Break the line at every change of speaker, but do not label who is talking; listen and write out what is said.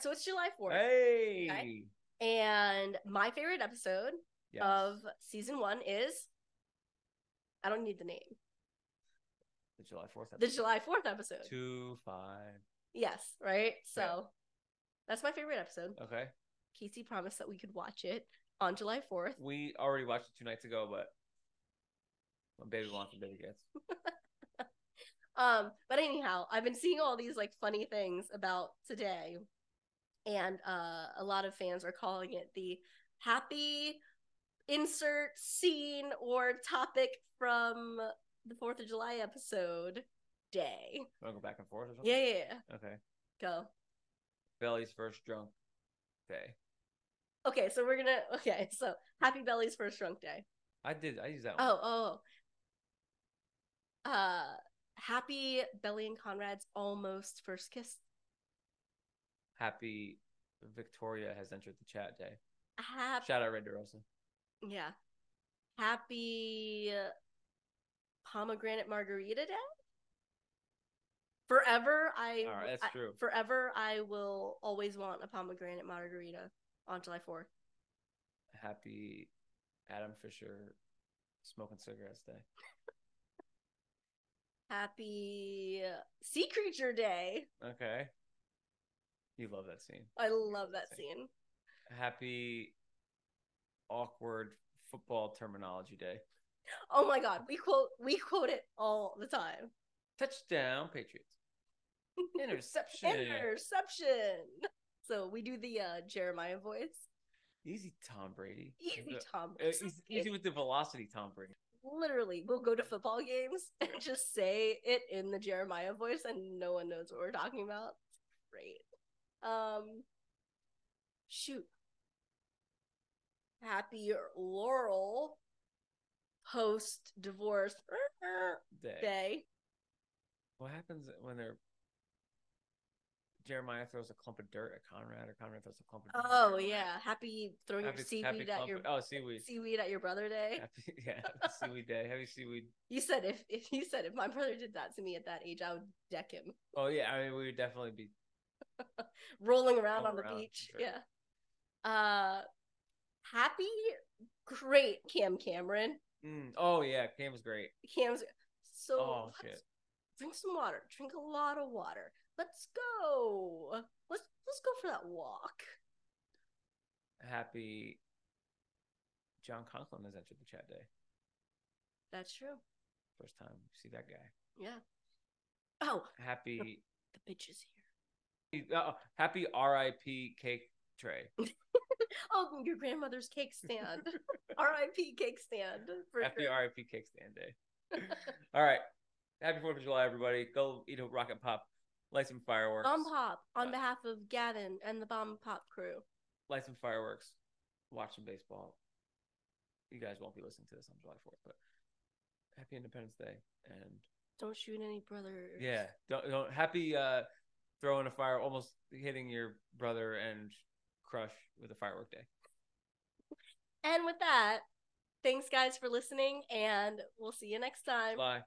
so it's July 4th.
Hey.
Okay. And my favorite episode
Yes.
of season one is I don't need the name.
the July 4th.
The
episode.
July 4th episode.
Two, five.
Yes, right? So that's my favorite episode.
Okay.
Casey promised that we could watch it on July 4th.
We already watched it two nights ago, but my baby wants and baby gets.
Um, but anyhow, I've been seeing all these like funny things about today, and uh, a lot of fans are calling it the happy insert scene or topic from the Fourth of July episode day.
Want to go back and forth or something?
Yeah, yeah, yeah.
Okay.
Go.
Belly's first drunk day.
Okay, so we're gonna. Okay, so happy belly's first drunk day.
I did. I used that one.
Oh, oh. Uh, happy Belly and Conrad's almost first kiss.
Happy Victoria has entered the chat day.
Happy.
Shout out Red DeRosa.
Yeah. Happy uh, pomegranate margarita day. Forever, I,
All right, that's
I-
true.
forever I will always want a pomegranate margarita on July 4th.
Happy Adam Fisher smoking cigarettes day.
Happy uh, sea creature day.
Okay. You love that scene.
I love that
Amazing.
scene.
Happy awkward football terminology day.
Oh my god, we quote we quote it all the time.
Touchdown Patriots. Interception.
Interception. So we do the uh, Jeremiah voice.
Easy Tom Brady.
Easy,
With
Tom.
the- uh, easy- easy with the velocity Tom Brady.
literally we'll go to football games and just say it in the Jeremiah voice and no one knows what we're talking about. Great. Um shoot. Happy Laurel post divorce
Day.
day.
What happens when they're Jeremiah throws a clump of dirt at Conrad or Conrad throws a clump of dirt? at
Oh
Jeremiah?
yeah. Happy throwing
Happy,
your seaweed
happy
at
clump-
your
oh seaweed.
seaweed at your brother day.
Happy, yeah, happy seaweed day. Happy seaweed.
You said if if you said if my brother did that to me at that age, I would deck him.
Oh yeah, I mean we would definitely be
rolling around
All
on the
around,
beach.
sure.
Yeah. Uh happy great Cam Cameron.
Mm, oh yeah, Cam was great.
Cam's so
Oh,
let's
shit.
drink some water. Drink a lot of water. Let's go. Let's let's go for that walk.
Happy John Conklin has entered the chat day.
That's true.
First time we see that guy.
Yeah. Oh,
Happy
the bitch is here.
uh, happy R.I.P. cake tray.
Oh, your grandmother's cake stand. R.I.P. cake stand. For
Happy
sure.
R.I.P. cake stand day. All right. Happy Fourth of July, everybody. Go eat a rocket pop, light some fireworks,
Bomb Pop on
Yeah.
behalf of Gavin and the Bomb Pop crew.
light some fireworks, watch some baseball. You guys won't be listening to this on July Fourth, but Happy Independence Day and
Don't shoot any brothers.
Yeah, don't, don't happy uh, throwing a fire, almost hitting your brother and crush with a firework day.
And with that, thanks guys for listening, and we'll see you next time.
Bye.